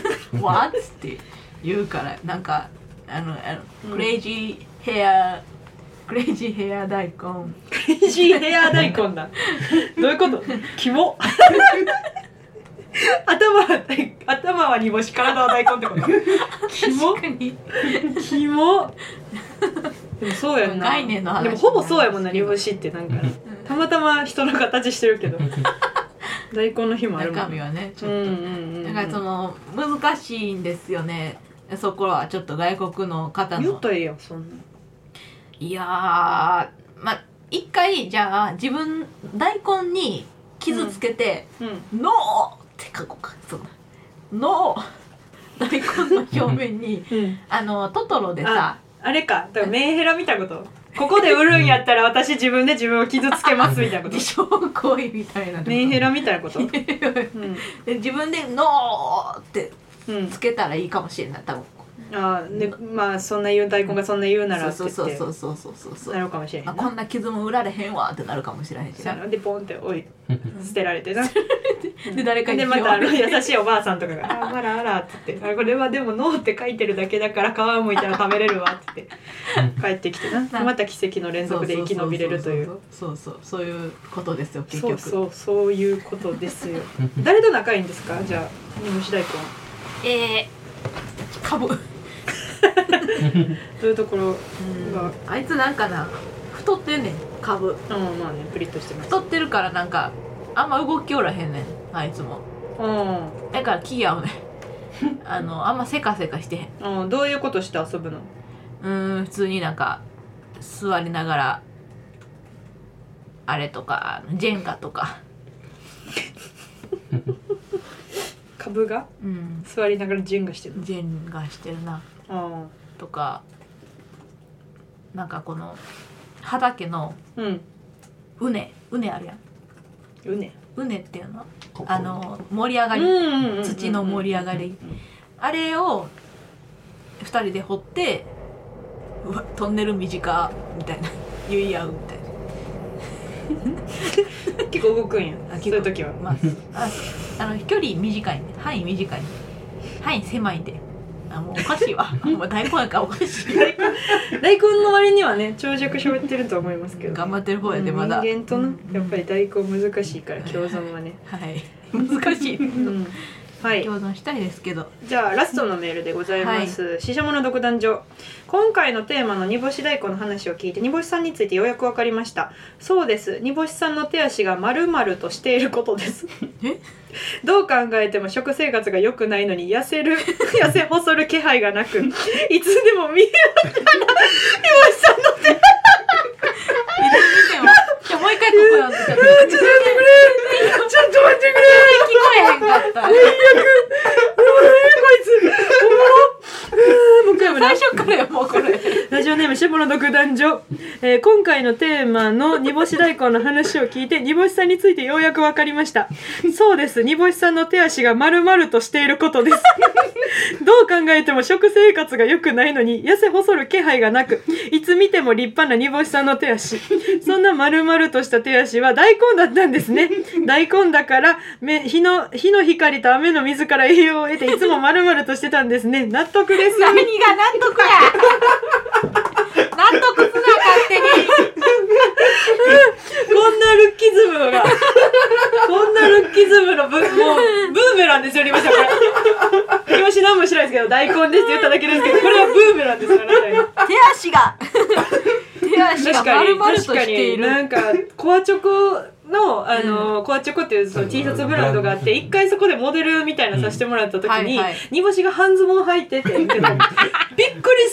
B: 「What?」って言うからなんかあのあの、
A: うん
B: クレイジーヘアクレイジーヘア大根
A: クレイジーヘア大根だどういうことキモ 頭は大頭は煮干し体は大根ってことキモ
B: 確かに
A: キモでもそうやんな
B: 概念の話
A: でもほぼそうやもんな煮干しってなんかたまたま人の形してるけ ど大根の日もあるも
B: 中
A: ん
B: 身はねちょっ
A: う
B: と、
A: んうんうんうん
B: だからその難しいんですよねそこはちょっと外国の方
A: 言っ
B: の
A: たらええやんそんない
B: やーまあ一回じゃあ自分大根に傷つけて
A: うん
B: 「ノー!」って書こうかその「ノー!」大根の表面に
A: うん、
B: あのトトロでさ
A: あれかだからメンヘラ見たいなことここで売るんやったら私自分で自分を傷つけますみたいなこ
B: 自
A: と
B: 傷行為みたいな
A: メンヘラみたいな こと、うん
B: で自分で「ノー!」って
A: うん、
B: つけたらいいかもしれない多分
A: あーでまあそんな言う大根がそんな言うならって
B: そ
A: 言
B: うそう
A: って
B: そうそうそうそうそう
A: なるかもしれへん
B: あ
A: な
B: こんな傷も売られへんわってなるかもしれへんし
A: そうや
B: な
A: なでポンって置い
C: うん
A: 捨てられてな
B: てで誰かに
A: で またあの優しいおばあさんとかが「あーあらあら」っつって「あこれはでも脳って書いてるだけだから皮むいたら食べれるわ」っつって帰ってきてなまた奇跡の連続で生き延びれるという
B: そうそうそうそうそういうことですよ結
A: そう
B: 局
A: そうそういうことですよ誰と仲いいんですかじゃあ煮干し大根
B: えー、かぶ、う
A: どういうところ
B: ん、あいつなんかな太ってんねんかぶ
A: うんまあねプリッとしてます
B: 太ってるからなんかあんま動きおらへんねんあいつも
A: うん
B: だから気合うねん あのあんませかせかしてへん
A: うんどういうことして遊ぶの
B: うーん普通になんか座りながらあれとかジェンガとか
A: 株が
B: うん
A: 座りながらジェンガしてるの
B: ジェンガしてるな
A: あ
B: とかなんかこの畑の
A: あうん
B: うねうねあるやん
A: うね
B: うねっていうのあの盛り上がり、土の盛り上がりあれを2人で掘ってうわトンネル短みたいな 言い合うみたい
A: 結構動くんや
B: あ
A: そう
B: 結構
A: いう時は
B: な、まあ、ああの距離短いね範囲短いね範囲狭いんであもうおかしい わもう大根やからおかしい
A: 大根の割にはね長尺喋ってると思いますけど
B: 頑張ってる方やでまだ
A: 人間となやっぱり大根難しいから
B: うん
A: 共存はね
B: はい難しい、
A: うんはい
B: 共存したいですけど
A: じゃあラストのメールでございます。ししゃもの独壇場。今回のテーマの煮干し大根の話を聞いて煮干しさんについてようやくわかりました。そうです。煮干しさんの手足がまるまるとしていることです。
B: え
A: どう考えても食生活が良くないのに痩 せる痩せ細る気配がなく、いつでも見え
B: でもじゃあもう一回ここなんですよ
A: ちょっと待ってくれ。ち ょっと待ってくれ。
B: 聞こえへんかった
A: もう一回も
B: 最初からよもうこれ
A: ラジオネームしぼの独壇場、えー今回のテーマの煮干し大根の話を聞いて煮干しさんについてようやく分かりましたそうです煮干しさんの手足が丸々としていることですどう考えても食生活が良くないのに痩せ細る気配がなくいつ見ても立派な煮干しさんの手足そんな丸々とした手足は大根だったんですね大根だからめ日の日の光と雨の水から栄養を得ていつも丸々としてたんですね納得です
B: 何が納得や納得すな勝手に
A: こんなルッキズムが、 こんなルッキズムのブもうブーメランですよ、りましたこれ。りまし何もしないですけど、大根ですって言っただけですけど、これはブーメランですから。
B: 手足が手足が
A: 確か
B: 丸
A: に、
B: 々と
A: 確か
B: してい
A: に、
B: る
A: なんか、コアチョコの、あの、コアチョコっていうその T シャツブランドがあって、一回そこでモデルみたいなさせてもらった時に
B: うんはいはい、
A: 煮干しが半ズボン履いてて、けどびっくりす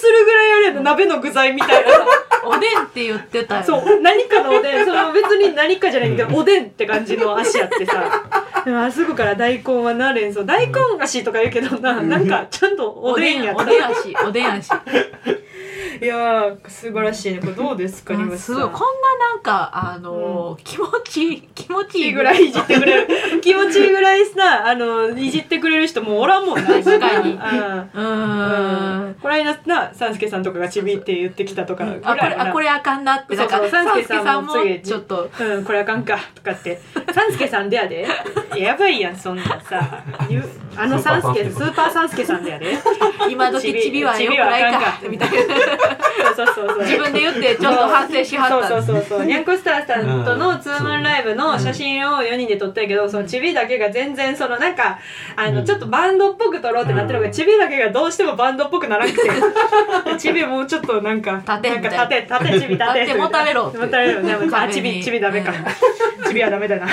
A: るぐらいあれやな鍋の具材みたいなさ。
B: おでんって言ってたよ
A: そう何かのお でんその別に何かじゃないけどおでんって感じの足やって さでもあそこから大根はな連想大根足とか言うけどななんかちゃんとお
B: お
A: で
B: で
A: ん
B: ん
A: や
B: お
A: った
B: でん足おでん足
A: いやー素晴らしいねこれどうですかに
B: あすごいこんななんかあのー気持ちいい気持ちいい
A: ぐらいいじってくれる気持ちいいぐらいさあのいじってくれる人もうおらんもんな
B: 確かに
A: うん
B: うーん
A: この間な三助さんとかがちびって言ってきたとかぐ
B: あこ
A: らい
B: れ
A: やな
B: あこれあかんなって
A: そ
B: な
A: うん
B: か
A: そう
B: サ
A: サン
B: ン
A: スケ
B: ス
A: さ
B: ケ
A: ん
B: さんも
A: も次
B: ちょっと
A: うん、これあかんかとかって「三助さんでやで」いややばいやんそんなんさゆあの三助スーパー三助さんでやでそう
B: 今時ちびはよくないかみたいな
A: そうそうそう
B: 自分で言ってちょっと反省しはった
A: そうそうそうそうニャンコスターさんとのツーマンライブの写真を4人で撮ったんやけどそのチビだけが全然そのなんかあの
C: うん
A: ちょっとバンドっぽく撮ろうってなってるの
C: う
A: が
C: ん
A: チビだけがどうしてもバンドっぽくならなくてチビもうちょっとなんか
B: 立て
A: なんか
B: みた
A: 立
B: い
A: て立てチビ立て
B: 立ってもたれろ
A: もたれろねあ
B: 壁に
A: チビチビダメかチビはダメだな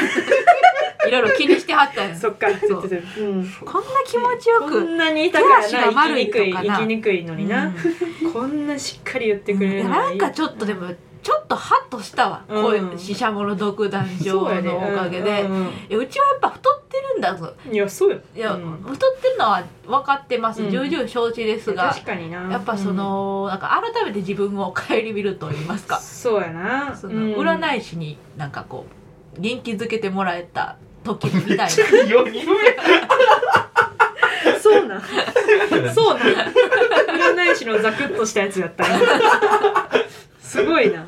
B: いろいろ気にしてはったんや
A: そっか
B: そ
A: う
B: う
A: ん
B: こんな気持ちよ
A: こ
B: く
A: んなにだから
B: 手足が
A: な生
B: 丸
A: き
B: い
A: に
B: と
A: くい
B: か
A: 生
B: な
A: きにくいのに
B: う、
A: なんこんなしっかり言ってくれる
B: いや
A: の
B: なん
A: に
B: かちょっとでもちょっとハッとしたわ、
A: うん
B: こういう死者もの独壇
A: そうや
B: 場
A: ね
B: のおかげで、
A: うんうん
B: いやうちはやっぱ太ってるんだぞ
A: うんいやそうよ
B: いや、
A: うん
B: 太ってるのは分かってます、
A: うん
B: 重々承知ですが
A: 確かにな
B: やっぱその、なんか改めて自分を顧みると言います
A: うん
B: か、
A: そうやな
B: その
A: い
B: 占い師になんかこう元気づけてもらえた時みたいな
C: よぎ
A: そうなん
C: め
A: そうなん占い師のザクッとしたやつやったなすごいな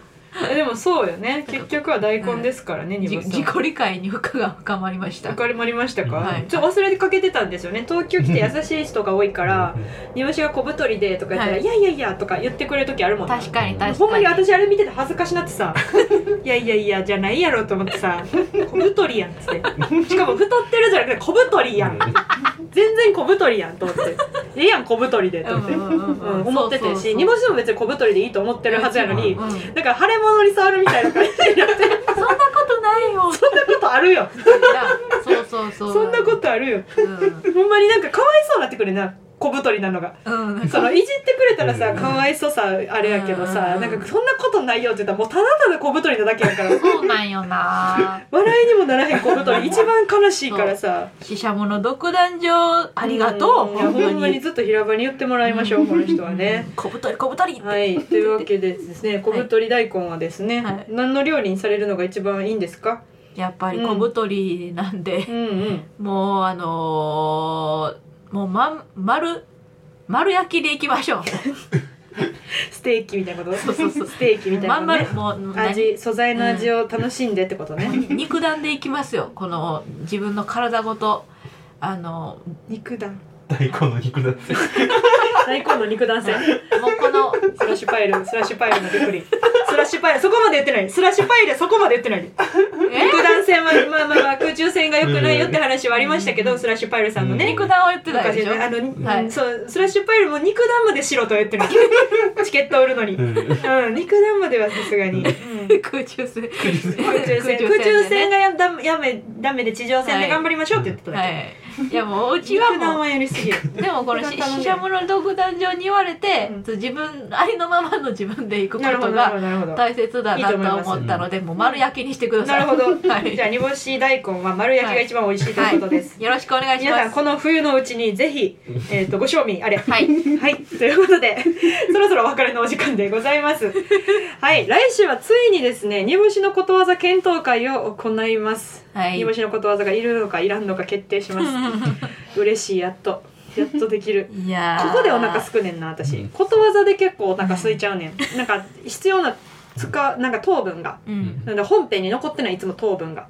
A: えでもそうよね結局は大根ですからね、
B: じ
A: 煮干しさん
B: 自己理解に負荷が深まりました
A: わかりまりましたか、
B: はい
A: ちょっと忘れかけてたんですよね東京来て優しい人が多いから「煮干しが小太りで」とか言ったら「
B: はい
A: い、やいやいや」とか言ってくれる時あるもんな
B: 確かに確かに
A: ほんまに私あれ見てて恥ずかしなってさ「 いやいやいや」じゃないやろと思ってさ「 小太りやん」っつ ってしかも太ってるじゃなくて小太りやん全然小太りやんと思って 「ええやん小太りで」と思って、
B: うんうんうんうん
A: うん思って
B: そ
A: て
B: うそうそ
A: し
B: う
A: 煮干しも別に小太りでいいと思ってるはずやのに、
C: うん
B: うんそんな
A: だから腫れ物に触るみたいな感じになって
B: ことないよ
A: そんなことあるよ
B: そうそうそう
A: そんなことある よ
B: とうん
A: ほんまになんかかわいそうになってくるな小太りなのが
B: うん、なん
A: そ
B: か
A: のいじってくれたらさ
C: うん
A: かわいそうさあれやけどさ
B: うん
A: なんかそんなことないよって言ったらもうただただ小太りなだけ やから
B: そうなんよな
A: 笑いにもならへん小太り一番悲しいからさ
B: 死者もの独壇場ありがとう、
A: んいやほんまにずっと平場に言ってもらいましょうこの人はね
B: 小太り小太りって、
A: はいというわけでですね小太り大根はですね、
B: はい
A: 何の料理にされるのが一番いいんですか
B: やっぱり小太りなんで
A: う、んうん
B: もうあのー、もうまん丸丸焼きでいきましょう
A: ステーキみたいなこと
B: そうそうそう
A: ステー キみたい
B: ま
A: なんの
B: 丸
A: ね
B: もう何
A: 味素材の味を楽しんでってことね、
B: 肉弾でいきますよこの自分の体ごとあの
A: 肉弾
C: 大根の肉だって
A: 大根の肉弾戦
B: もう この
A: スラッシュパイル、スラッシュパイルのびっくり。スラッシュパイル、そこまで言ってない。スラッシュパイル、そこまで言ってない。
B: え
A: 肉弾戦は、まあまあまあ、空中戦が良くないよって話はありましたけど、スラッシュパイルさんもね。
B: 肉弾を言ってたでしょ
A: 昔あの、
B: はい
A: そうスラッシュパイルも肉弾までしろと言 ってるチケット売るのに、う、
C: うんんうん
A: 肉弾まではさすがに、うん
B: 空中戦
A: 空中戦空中戦がやだやめダメで地上戦で頑張りましょうって言ってただ
B: は
A: け、
B: いいやもううちは
A: 肉弾
B: もう
A: はやりすぎる
B: でもこのしししゃもの独壇場に言われて、
A: うん
B: 自分ありのままの自分で行くこ
A: なるほ
B: と
A: どな
B: が
A: るほどなるほど
B: 大切だ
A: いいと思い
B: な
A: ます
B: と思ったのでもう丸焼きにしてくださ
A: ないるほど、
B: はい
A: じゃあ煮干し大根は丸焼きが一番美味しいということです、
B: よろしくお願いし
A: 皆さ
B: ま
A: ん
B: す
A: この冬のうちにぜひ、えー、とご賞味あれ
B: はい
A: はい、ということで、 そろそろお別れのお時間でございます。はい、来週はついにですね、煮干しのことわざ検討会を行います。
B: はい
A: 煮干しのことわざがいるのかいらんのか決定しま す。嬉しい、やっと。やっとできる。
B: いやー
A: ここでお腹すくねんな、
C: う
A: 私
C: ん。
A: ことわざで結構お腹すいちゃうねん。なんか、必要な、つか、なんか糖分が。
B: うん
A: なんで本編に残ってないいつも糖分 が。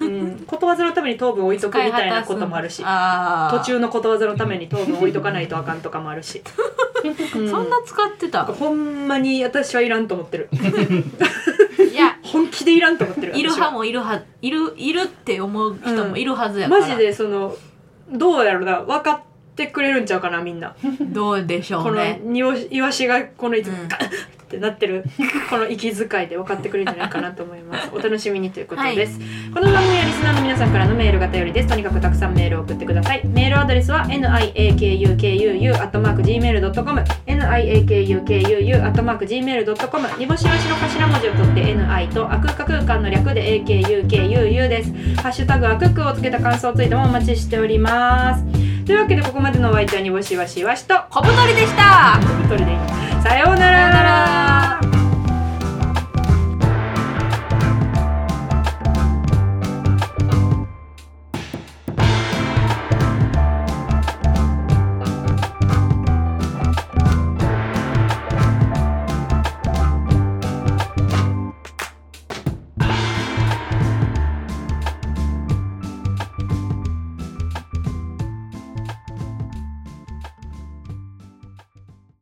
A: うん。ことわざのために糖分置いとくみたいなこともあるし。
B: あー
A: 途中のことわざのために糖分置いとかないとあかんとかもある し、う
B: そんな使ってた
A: ほんまに私はいらんと思ってる
B: いや
A: 本気でいらんと思ってる
B: いる
A: 私は
B: 派もいるはいるいるって思う人もいるはずやから、
A: マジでそのどうやろうな分かってくれるんちゃうかなみんな、
B: どうでしょ
A: こ
B: う
A: の
B: ね
A: においわしがこのいつも
B: うん
A: ガッってなってるこの息遣いで分かってくれるんじゃないかなと思い ますお楽しみにということです、この番組はリスナーの皆さんからのメールが頼りですとにかくたくさんメールを送ってくださいメールアドレスは niakukuu.gmail.com niakukuu.gmail.com にぼしわしの頭文字を取って ni とあくか空間の略で akukuu ですハッシュタグあくくをつけた感想ツイートもお待ちしておりますというわけでここまでのお相手はにぼしわしわしと
B: 小太りでした
A: 小太りでいいさような
B: さよな
A: ら
B: ら